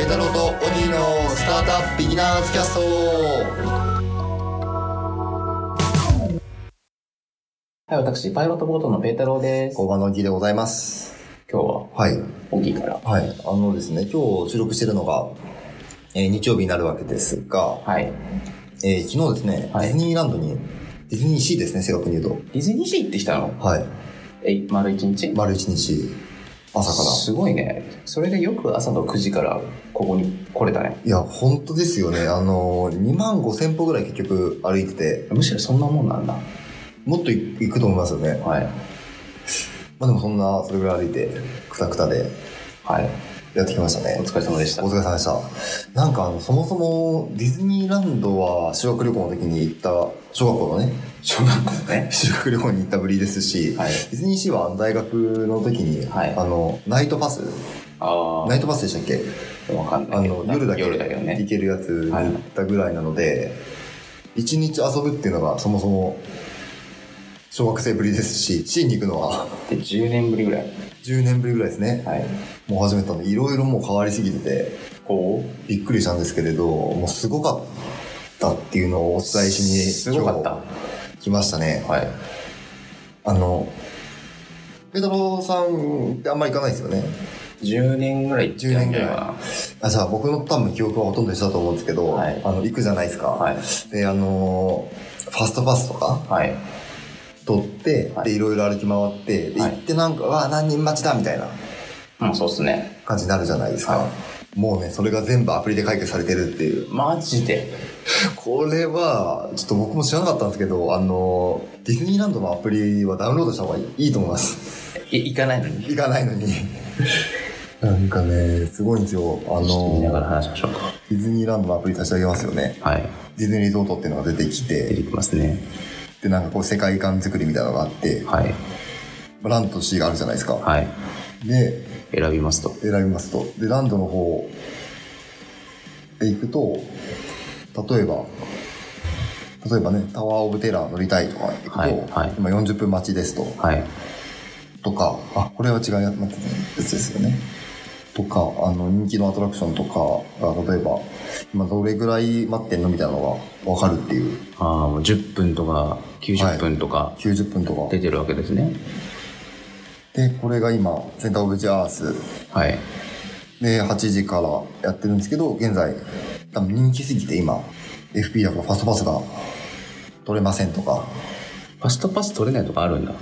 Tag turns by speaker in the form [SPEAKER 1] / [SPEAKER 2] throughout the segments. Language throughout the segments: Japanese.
[SPEAKER 1] イ太郎とオニーのスタートアップビギナーズキャスト
[SPEAKER 2] はい、私、パイロットボートのペータローです。
[SPEAKER 1] 工場の木でございます
[SPEAKER 2] 今日は、
[SPEAKER 1] はい
[SPEAKER 2] 大きいから。
[SPEAKER 1] はいあのですね今日収録してるのが、えー日曜日になるわけですが、
[SPEAKER 2] はい。
[SPEAKER 1] えー昨日ですね、
[SPEAKER 2] はい
[SPEAKER 1] ディズニーランドにディズニーシーですね正確に言う
[SPEAKER 2] ディズニーシー行ってきたの
[SPEAKER 1] とはい
[SPEAKER 2] えい、丸一日
[SPEAKER 1] 丸一日朝から
[SPEAKER 2] すごいね。それでよく朝の9時からここに来れたね。
[SPEAKER 1] いや本当ですよねあのー2万5千歩ぐらい結局歩いてて
[SPEAKER 2] むしろそんなもんなんだ。
[SPEAKER 1] もっとい行くと思いますよね
[SPEAKER 2] はい。
[SPEAKER 1] まあでもそんなそれぐらい歩いてくたくたで
[SPEAKER 2] はい。
[SPEAKER 1] やってきましたね
[SPEAKER 2] お疲れ様でした
[SPEAKER 1] お。疲れ様でした。なんかあの、そもそもディズニーランドは修学旅行の時に行った、小学校のね、
[SPEAKER 2] 小学校 ね。
[SPEAKER 1] 修学旅行に行ったぶりですし、
[SPEAKER 2] はい。
[SPEAKER 1] ディズニーシーは大学の時に、
[SPEAKER 2] はい
[SPEAKER 1] あの、ナイトパス
[SPEAKER 2] あ
[SPEAKER 1] ナイトパスでしたっけ
[SPEAKER 2] あ、わかんな
[SPEAKER 1] あ
[SPEAKER 2] いけど。
[SPEAKER 1] の、夜だけ
[SPEAKER 2] 夜だけど
[SPEAKER 1] 行
[SPEAKER 2] ね。
[SPEAKER 1] けるやつだったぐらいなので、一日遊ぶっていうのがそもそも小学生ぶりですし、シーに行くのは
[SPEAKER 2] で、10年ぶりぐらい。
[SPEAKER 1] 10年ぶりぐらいですね。
[SPEAKER 2] はい。
[SPEAKER 1] もう始めたので、いろいろもう変わりすぎてて、
[SPEAKER 2] こ
[SPEAKER 1] びっくりしたんですけれど、もうすごかったっていうのをお
[SPEAKER 2] う
[SPEAKER 1] 伝えし
[SPEAKER 2] す
[SPEAKER 1] に
[SPEAKER 2] ご
[SPEAKER 1] 今
[SPEAKER 2] かった。
[SPEAKER 1] 日来ましたね。
[SPEAKER 2] はい。
[SPEAKER 1] あの、ペタロさんってあんまり行かないですよね。
[SPEAKER 2] 10年ぐらい行ってんじゃないか
[SPEAKER 1] あじゃあ僕の多分記憶はほとんど一緒だと思うんですけど、
[SPEAKER 2] はい
[SPEAKER 1] あの行くじゃないですか。
[SPEAKER 2] な。はい。
[SPEAKER 1] で、あの、ファストパスとか
[SPEAKER 2] はい。
[SPEAKER 1] 取って、
[SPEAKER 2] はい
[SPEAKER 1] で、いろいろ歩き回って、で
[SPEAKER 2] はい
[SPEAKER 1] 行ってなんか、わあ、何人待ちだみたいな
[SPEAKER 2] うん、そうっすね。
[SPEAKER 1] 感じになるじゃないですか。
[SPEAKER 2] は
[SPEAKER 1] もうね、それが全部アプリで解決されてるっていう。
[SPEAKER 2] マジで。
[SPEAKER 1] これは、ちょっと僕も知らなかったんですけど、あの、ディズニーランドのアプリはダウンロードした方がいいと思い ます。
[SPEAKER 2] い行かないのに。
[SPEAKER 1] 行かないのに。なんかね、すごいんですよ。あ
[SPEAKER 2] 見ながら
[SPEAKER 1] の、
[SPEAKER 2] 話しましょうか。
[SPEAKER 1] ディズニーランドのアプリ立ち上げますよね。
[SPEAKER 2] はい。
[SPEAKER 1] ディズニーリゾートっていうのが出てき
[SPEAKER 2] 出
[SPEAKER 1] て、
[SPEAKER 2] てきますね。
[SPEAKER 1] で、なんかこう世界観作りみたいなのがあって、
[SPEAKER 2] はい。
[SPEAKER 1] ランドとシーがあるじゃないですか。
[SPEAKER 2] はい。
[SPEAKER 1] で、
[SPEAKER 2] 選びますと。
[SPEAKER 1] 選びますと。で、ランドの方へ行くと、例えば、例えばね、タワーオブテラー乗りたいとか行くと、
[SPEAKER 2] はいはい
[SPEAKER 1] 今40分待ちですと、
[SPEAKER 2] はい。
[SPEAKER 1] とか、あ、これは違うやつですよね。とか、あの、人気のアトラクションとかが、例えば、今どれぐらい待ってんのみたいなのがわかるっていう、
[SPEAKER 2] ああ、もう10分とか90分とか
[SPEAKER 1] 90分とか
[SPEAKER 2] 出。てるわけですね。
[SPEAKER 1] で、これが今、センターオブジアース
[SPEAKER 2] はい。
[SPEAKER 1] で、8時からやってるんですけど、現在、多分人気すぎて今、FP だからファストパスが取れませんとか、
[SPEAKER 2] ファストパス取れないとかあるんだ。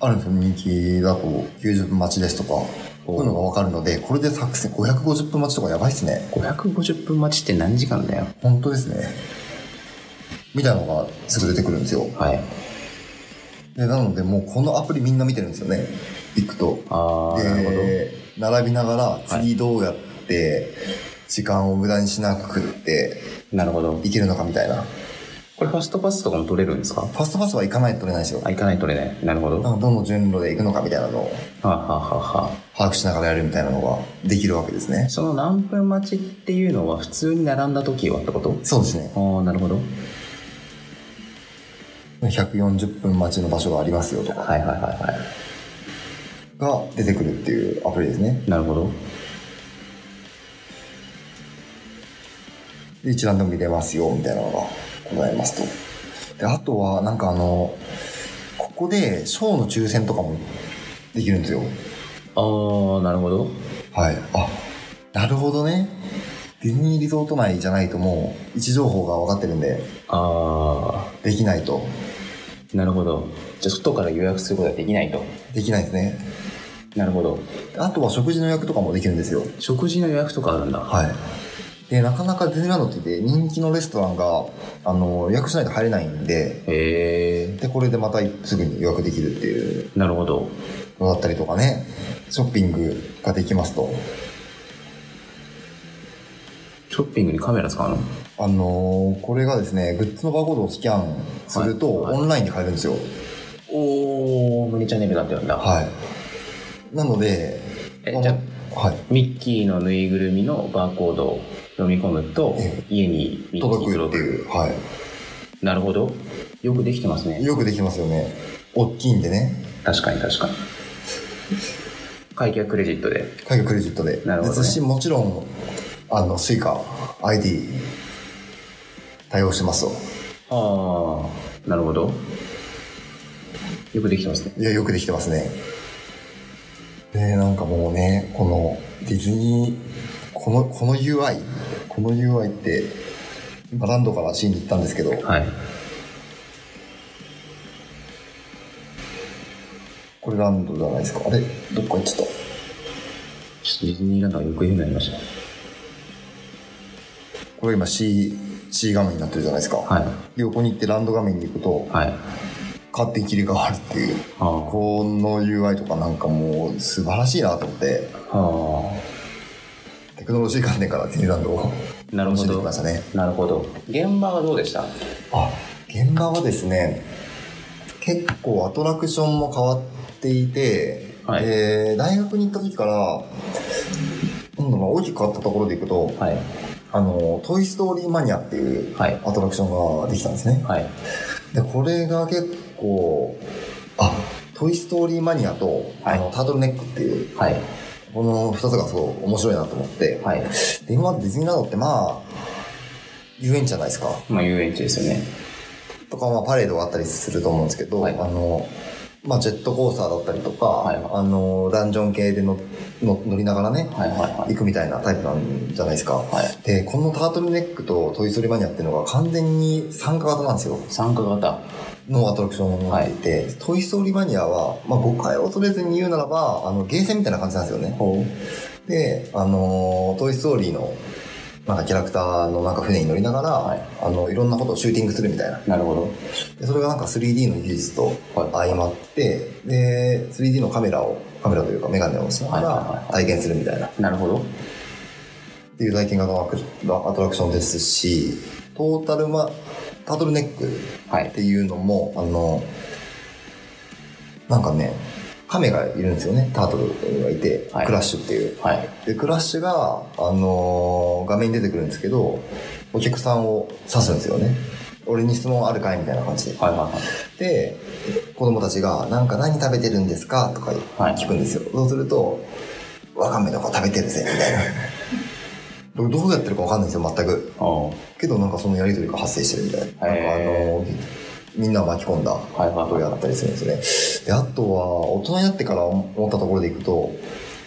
[SPEAKER 1] あるんですよ、人気だと90分待ちですとか、こういうのがわかるので、これで作戦550分待ちとかやばいっすね。
[SPEAKER 2] 550分待ちって何時間だよ。
[SPEAKER 1] 本当ですね。みたいなのがすぐ出てくるんですよ。
[SPEAKER 2] はい。
[SPEAKER 1] でなので、もうこのアプリみんな見てるんですよね。行くと。
[SPEAKER 2] ああ、なるほど。
[SPEAKER 1] で、並びながら、次どうやって、時間を無駄にしなくって、
[SPEAKER 2] なるほど。
[SPEAKER 1] いけるのかみたいな。
[SPEAKER 2] これファストパスとかも取れるんですか
[SPEAKER 1] ファストパスは行かないと取れないですよ。
[SPEAKER 2] あ、行かないと取れない。なるほど。
[SPEAKER 1] な
[SPEAKER 2] は
[SPEAKER 1] んかどの順路で行くのかみたいなのを
[SPEAKER 2] あ、はあはあは
[SPEAKER 1] 把握しながらやるみたいなのができるわけですね
[SPEAKER 2] あ、。その何分待ちっていうのは普通に並んだ時はってこと
[SPEAKER 1] そうですね。
[SPEAKER 2] ああ、なるほど。
[SPEAKER 1] 140分待ちの場所がありますよとか
[SPEAKER 2] はいはいはいは
[SPEAKER 1] が出てくるっていうアプリですね。
[SPEAKER 2] い。なるほど。
[SPEAKER 1] で、一覧でも見れますよみたいなのがございますと。で、あとはなんかあの、ここでショーの抽選とかもできるんですよ。
[SPEAKER 2] ああ、なるほど。
[SPEAKER 1] はい。あ、なるほどね。ディズニーリゾート内じゃないともう位置情報が分かってるんで、
[SPEAKER 2] あ
[SPEAKER 1] できないと。
[SPEAKER 2] あ、なるほど。じゃあ、外から予約することはできないと。
[SPEAKER 1] できないですね。
[SPEAKER 2] なるほど。
[SPEAKER 1] あとは食事の予約とかもできるんですよ。
[SPEAKER 2] 食事の予約とかあるんだ。
[SPEAKER 1] はい。で、なかなかディズニーランドって言って人気のレストランが、あの、予約しないと入れないんで、
[SPEAKER 2] へえ、
[SPEAKER 1] で、これでまたすぐに予約できるっていう
[SPEAKER 2] なるほど。
[SPEAKER 1] のだったりとかね、ショッピングができますと。
[SPEAKER 2] ショッピングにカメラ使うの
[SPEAKER 1] あのこれがですね、グッズのバーコードをスキャンすると、
[SPEAKER 2] はいはい
[SPEAKER 1] オンラインで買えるんですよ。
[SPEAKER 2] おー、ミニチャンネルになってるんだ。
[SPEAKER 1] はい。なので、
[SPEAKER 2] え
[SPEAKER 1] まあ
[SPEAKER 2] じゃ
[SPEAKER 1] はい。
[SPEAKER 2] ミッキーのぬいぐるみのバーコードを読み込むと
[SPEAKER 1] え、
[SPEAKER 2] 家にミッキー
[SPEAKER 1] 届くって
[SPEAKER 2] う。
[SPEAKER 1] いう。はい。
[SPEAKER 2] なるほど。よくできてますね。
[SPEAKER 1] よくできますよね。大きいんでね。
[SPEAKER 2] 確かに確かに。会計はクレジットで。
[SPEAKER 1] 会議クレジットで。
[SPEAKER 2] なるほどね
[SPEAKER 1] ですし、もちろん、あの、スイカ、ID、対応してますよ。
[SPEAKER 2] ああ、なるほど。よくできてますね。
[SPEAKER 1] いや、よくできてますね。で、なんかもうね、このディズニー、この、この UI、この UI って、今ランドからシーンに行ったんですけど、
[SPEAKER 2] はい。
[SPEAKER 1] これランドじゃないですか。あれどっか行っちゃっ
[SPEAKER 2] ちょっとディズニーランドが行方不明になりましたね。
[SPEAKER 1] た。これ今 C、C 画面になってるじゃないですか。
[SPEAKER 2] はい。
[SPEAKER 1] で横に行ってランド画面に行くと、
[SPEAKER 2] はい。
[SPEAKER 1] 勝手に切り替わるっていう、
[SPEAKER 2] あー
[SPEAKER 1] この UI とかなんかもう素晴らしいなと思って、
[SPEAKER 2] あ
[SPEAKER 1] テクノロジー関連からディズニーランドを
[SPEAKER 2] ー。なる
[SPEAKER 1] 楽し
[SPEAKER 2] ほ
[SPEAKER 1] んでき
[SPEAKER 2] ど
[SPEAKER 1] ま。したね。
[SPEAKER 2] なるほど。現場はどうでした
[SPEAKER 1] あ現場はですね結構アトラクションも変わっていて、
[SPEAKER 2] はい
[SPEAKER 1] えー大学に行った時からなんだろう大きく変わったところでいくと
[SPEAKER 2] はい。
[SPEAKER 1] 「あのトイ・ストーリー・マニア」っていう
[SPEAKER 2] はい。
[SPEAKER 1] アトラクションができたんですね
[SPEAKER 2] はい。
[SPEAKER 1] でこれが結構あトイ・ストーリー・マニアと、
[SPEAKER 2] は
[SPEAKER 1] あ
[SPEAKER 2] い
[SPEAKER 1] のタートルネックっていう
[SPEAKER 2] はい。
[SPEAKER 1] この2つがすごい面白いなと思って、
[SPEAKER 2] はい。
[SPEAKER 1] で今までディズニーランドってまあ遊園地じゃないですか
[SPEAKER 2] まあ、遊園地ですよね。
[SPEAKER 1] とか、まあ、パレードがあったりすると思うんですけど、
[SPEAKER 2] はい
[SPEAKER 1] あの、まあ、ジェットコースターだったりとか、
[SPEAKER 2] はい
[SPEAKER 1] あの、ダンジョン系でのの乗りながらね、
[SPEAKER 2] はい。はい。はい
[SPEAKER 1] 行。くみたいなタイプなんじゃないですか。
[SPEAKER 2] はい。
[SPEAKER 1] で、このタートルネックとトイ・ストーリーマニアっていうのが完全に参加型なんですよ。
[SPEAKER 2] 参加型。
[SPEAKER 1] のアトラクションを持っていて、トイ・ストーリーマニアは、まあ、誤解を恐れずに言うならば、あの、ゲーセンみたいな感じなんですよね。
[SPEAKER 2] ほ
[SPEAKER 1] で、あのトイ・ストーリーの、なんかキャラクターのなんか船に乗りながら、
[SPEAKER 2] はい
[SPEAKER 1] あの、いろんなことをシューティングするみたいな。
[SPEAKER 2] う。なるほ
[SPEAKER 1] でそれがなんか 3D の技術と
[SPEAKER 2] ど。はい。
[SPEAKER 1] 相まって、で、3D のカメラを、カメラというかメガネをしなが
[SPEAKER 2] はいはいは
[SPEAKER 1] ら体験するみたいな、っ
[SPEAKER 2] なるほど。
[SPEAKER 1] ていう体験型のアクアトラクションですし、トータルマ、タートルネックっ
[SPEAKER 2] はい。
[SPEAKER 1] ていうのも、あの、なんかね、亀がいるんですよね、タートルがいて、
[SPEAKER 2] はい
[SPEAKER 1] クラッシュっていう。
[SPEAKER 2] はい。
[SPEAKER 1] で、クラッシュが、あのー画面に出てくるんですけど、お客さんを指すんですよね。俺に質問あるかいみたいな感じで。
[SPEAKER 2] はい。は
[SPEAKER 1] で子供たちが「なんか何食べてるんですか?」とか
[SPEAKER 2] はい
[SPEAKER 1] 聞くんですよ、そうすると「わかめとか食べてるぜ」みたい な僕どうやってるかわかんないんですよ全く
[SPEAKER 2] い。おう
[SPEAKER 1] けどなんかそのやり取りが発生してるみたいななんかあ
[SPEAKER 2] へ
[SPEAKER 1] のみんなを巻き込んだこ
[SPEAKER 2] はい。はい。
[SPEAKER 1] とを
[SPEAKER 2] はい。
[SPEAKER 1] やったりするんですよねであとは大人になってから思ったところでいくと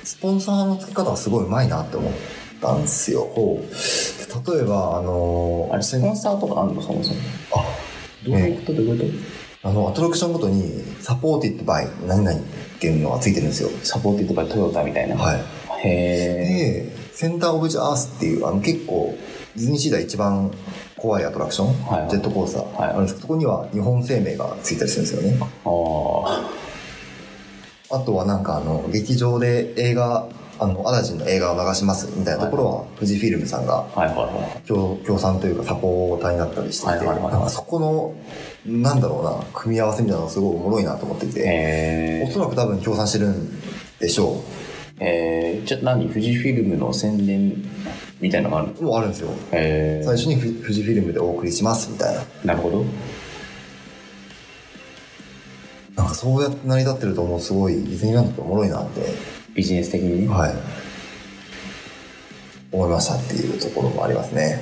[SPEAKER 1] スポンサーの付け方がすごいうまいなって思ったんですよ例えばあの
[SPEAKER 2] あれ、スポンサーとかあるのそもそも。
[SPEAKER 1] あ
[SPEAKER 2] どういうことどういうこ
[SPEAKER 1] あの、アトラクションごとに、サポーティッドバイ何々っていうのがついてるんですよ。
[SPEAKER 2] とサポーティッドバイトヨタみたいな。
[SPEAKER 1] はい。
[SPEAKER 2] い。へえ。
[SPEAKER 1] で、センターオブジアースっていう、あの、結構、ディズニーシーで一番怖いアトラクション、
[SPEAKER 2] はいはい
[SPEAKER 1] ジェットコースター、
[SPEAKER 2] はい
[SPEAKER 1] あるんですけど、そこには日本生命がついたりするんですよね。
[SPEAKER 2] ああ。
[SPEAKER 1] あとはなんか、あの、劇場で映画、あの、アラジンの映画を流しますみたいなところは、富士フィルムさんが
[SPEAKER 2] はい。はい。は
[SPEAKER 1] 協協賛というかサポーターになったりしていて、
[SPEAKER 2] はいはいはいはい
[SPEAKER 1] なんかそこの、なんだろうな、組み合わせみたいなのがすごいおもろいなと思っていて、
[SPEAKER 2] い。へ
[SPEAKER 1] お
[SPEAKER 2] え。
[SPEAKER 1] そらく多分協賛してるんでしょ
[SPEAKER 2] えー、じゃあ何富士フィルムの宣伝みたいなのがあるの
[SPEAKER 1] う。もうあるんですよ。
[SPEAKER 2] え
[SPEAKER 1] 最初にフジフジフィルムでお送りしますみたいな。
[SPEAKER 2] ー、なるほど。
[SPEAKER 1] なんかそうやって成り立ってるともうすごいディズニーランドっておもろいなって、
[SPEAKER 2] ビジネス的にね。
[SPEAKER 1] はい。思いましたっていうところもありますね。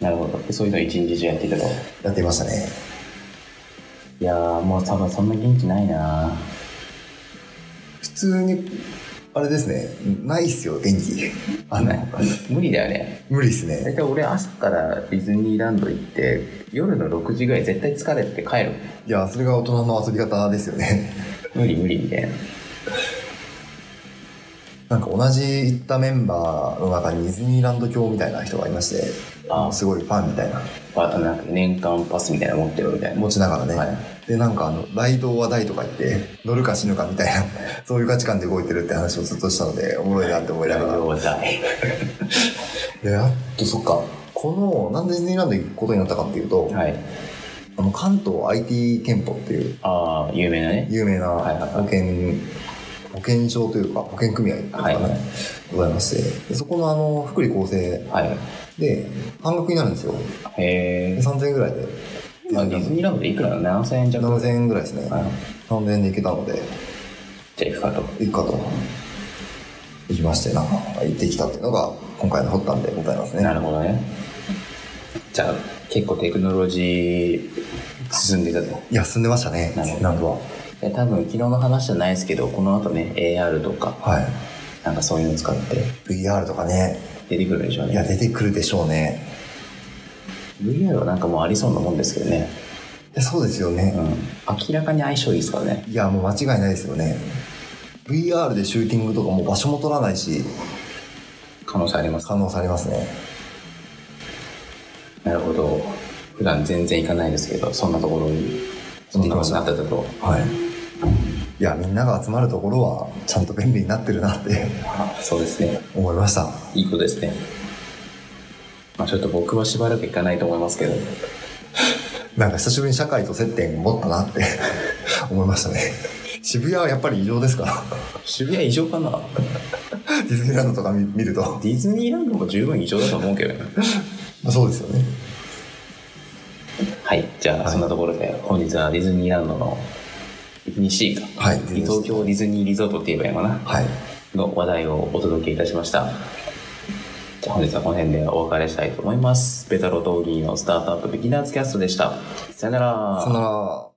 [SPEAKER 2] なるほど。でそういうのを一日中やっていたと。
[SPEAKER 1] やってみましたね。
[SPEAKER 2] いやー、もう多分そんな元気ないな
[SPEAKER 1] 普通に、あれですね、ないっすよ、元気。あ
[SPEAKER 2] あ
[SPEAKER 1] の、
[SPEAKER 2] 無理だよね。
[SPEAKER 1] 無理っすね。
[SPEAKER 2] 大体俺朝からディズニーランド行って夜の6時ぐらい絶対疲れて帰る
[SPEAKER 1] いや、それが大人の遊び方ですよね。
[SPEAKER 2] 無理無理みたいな
[SPEAKER 1] なんか同じ行ったメンバーの中にディズニーランド教みたいな人がいまして、
[SPEAKER 2] あ
[SPEAKER 1] すごいファンみたいな。
[SPEAKER 2] あなんか年間パスみたいなの持ってるみたいな
[SPEAKER 1] 持ちながらね、
[SPEAKER 2] はい
[SPEAKER 1] でなんかあの「ライドは大」とか言って乗るか死ぬかみたいな そういう価値観で動いてるって話をずっとしたのでおもろいなって思いながら、
[SPEAKER 2] 了解
[SPEAKER 1] であとそっかこのなんでディズニーランド行くことになったかっていうと、
[SPEAKER 2] はい
[SPEAKER 1] あの関東 IT 憲法っていう
[SPEAKER 2] ああ有名なね
[SPEAKER 1] 有名
[SPEAKER 2] はい
[SPEAKER 1] な
[SPEAKER 2] はいはい
[SPEAKER 1] 保険、保険証というか保険組合というかね、
[SPEAKER 2] はい
[SPEAKER 1] ございましてでそこのあの福利厚生
[SPEAKER 2] はい
[SPEAKER 1] で半額になるんですよで
[SPEAKER 2] へえ
[SPEAKER 1] 3000円ぐらいで
[SPEAKER 2] ディズニーランドでいくらなの7000円弱
[SPEAKER 1] 7000円ぐらいですね、
[SPEAKER 2] はい
[SPEAKER 1] 3000円で行けたので
[SPEAKER 2] じゃあ行くかと
[SPEAKER 1] 行くかと行きまして、なんか行ってきたっていうのが今回の掘ったんでございますね。
[SPEAKER 2] なるほどね。じゃあ、結構テクノロジー進んでたと。
[SPEAKER 1] いや、進んでましたね、
[SPEAKER 2] なるほど
[SPEAKER 1] なんかは。
[SPEAKER 2] で多分昨日の話じゃないですけど、この後ね、AR とか、
[SPEAKER 1] はい。
[SPEAKER 2] なんかそういうの使って、
[SPEAKER 1] VR とかね、
[SPEAKER 2] 出てくるでしょう
[SPEAKER 1] いや、
[SPEAKER 2] ね。
[SPEAKER 1] 出てくるでしょうね。
[SPEAKER 2] VR はなんかもうありそうなもんですけどね。
[SPEAKER 1] いやそうですよ
[SPEAKER 2] う
[SPEAKER 1] ね。
[SPEAKER 2] ん。明らかに相性いいですからね。
[SPEAKER 1] いや、もう間違いないですよね。VR でシューティングとかもう場所も取らないし、
[SPEAKER 2] 可能性あります。
[SPEAKER 1] 可能性ありますね。
[SPEAKER 2] なるほど。普段全然行かないですけど、そんなところに行ってくようになったと。
[SPEAKER 1] はい。いや、みんなが集まるところは、ちゃんと便利になってるなって
[SPEAKER 2] そうですね。
[SPEAKER 1] 思いました。
[SPEAKER 2] いいことですね。まあちょっと僕はしばらく行かないと思いますけど。
[SPEAKER 1] なんか久しぶりに社会と接点持ったなって 思いましたね。渋谷はやっぱり異常ですか
[SPEAKER 2] 渋谷異常かな
[SPEAKER 1] ディズニーランドとか見見ると。
[SPEAKER 2] ディズニーランドも十分異常だと思うけどね。
[SPEAKER 1] まあそうですよね。
[SPEAKER 2] はい。じゃあ、そんなところで、本日はディズニーランドの 2C か。
[SPEAKER 1] はい。
[SPEAKER 2] 東京ディズニーリゾートって言えばいいのかな
[SPEAKER 1] はい。
[SPEAKER 2] の話題をお届けいたしました。じゃあ本日はこの辺でお別れしたいと思います。ベタロトーギーのスタートアップビギナーズキャストでした。さよなら
[SPEAKER 1] そんなら、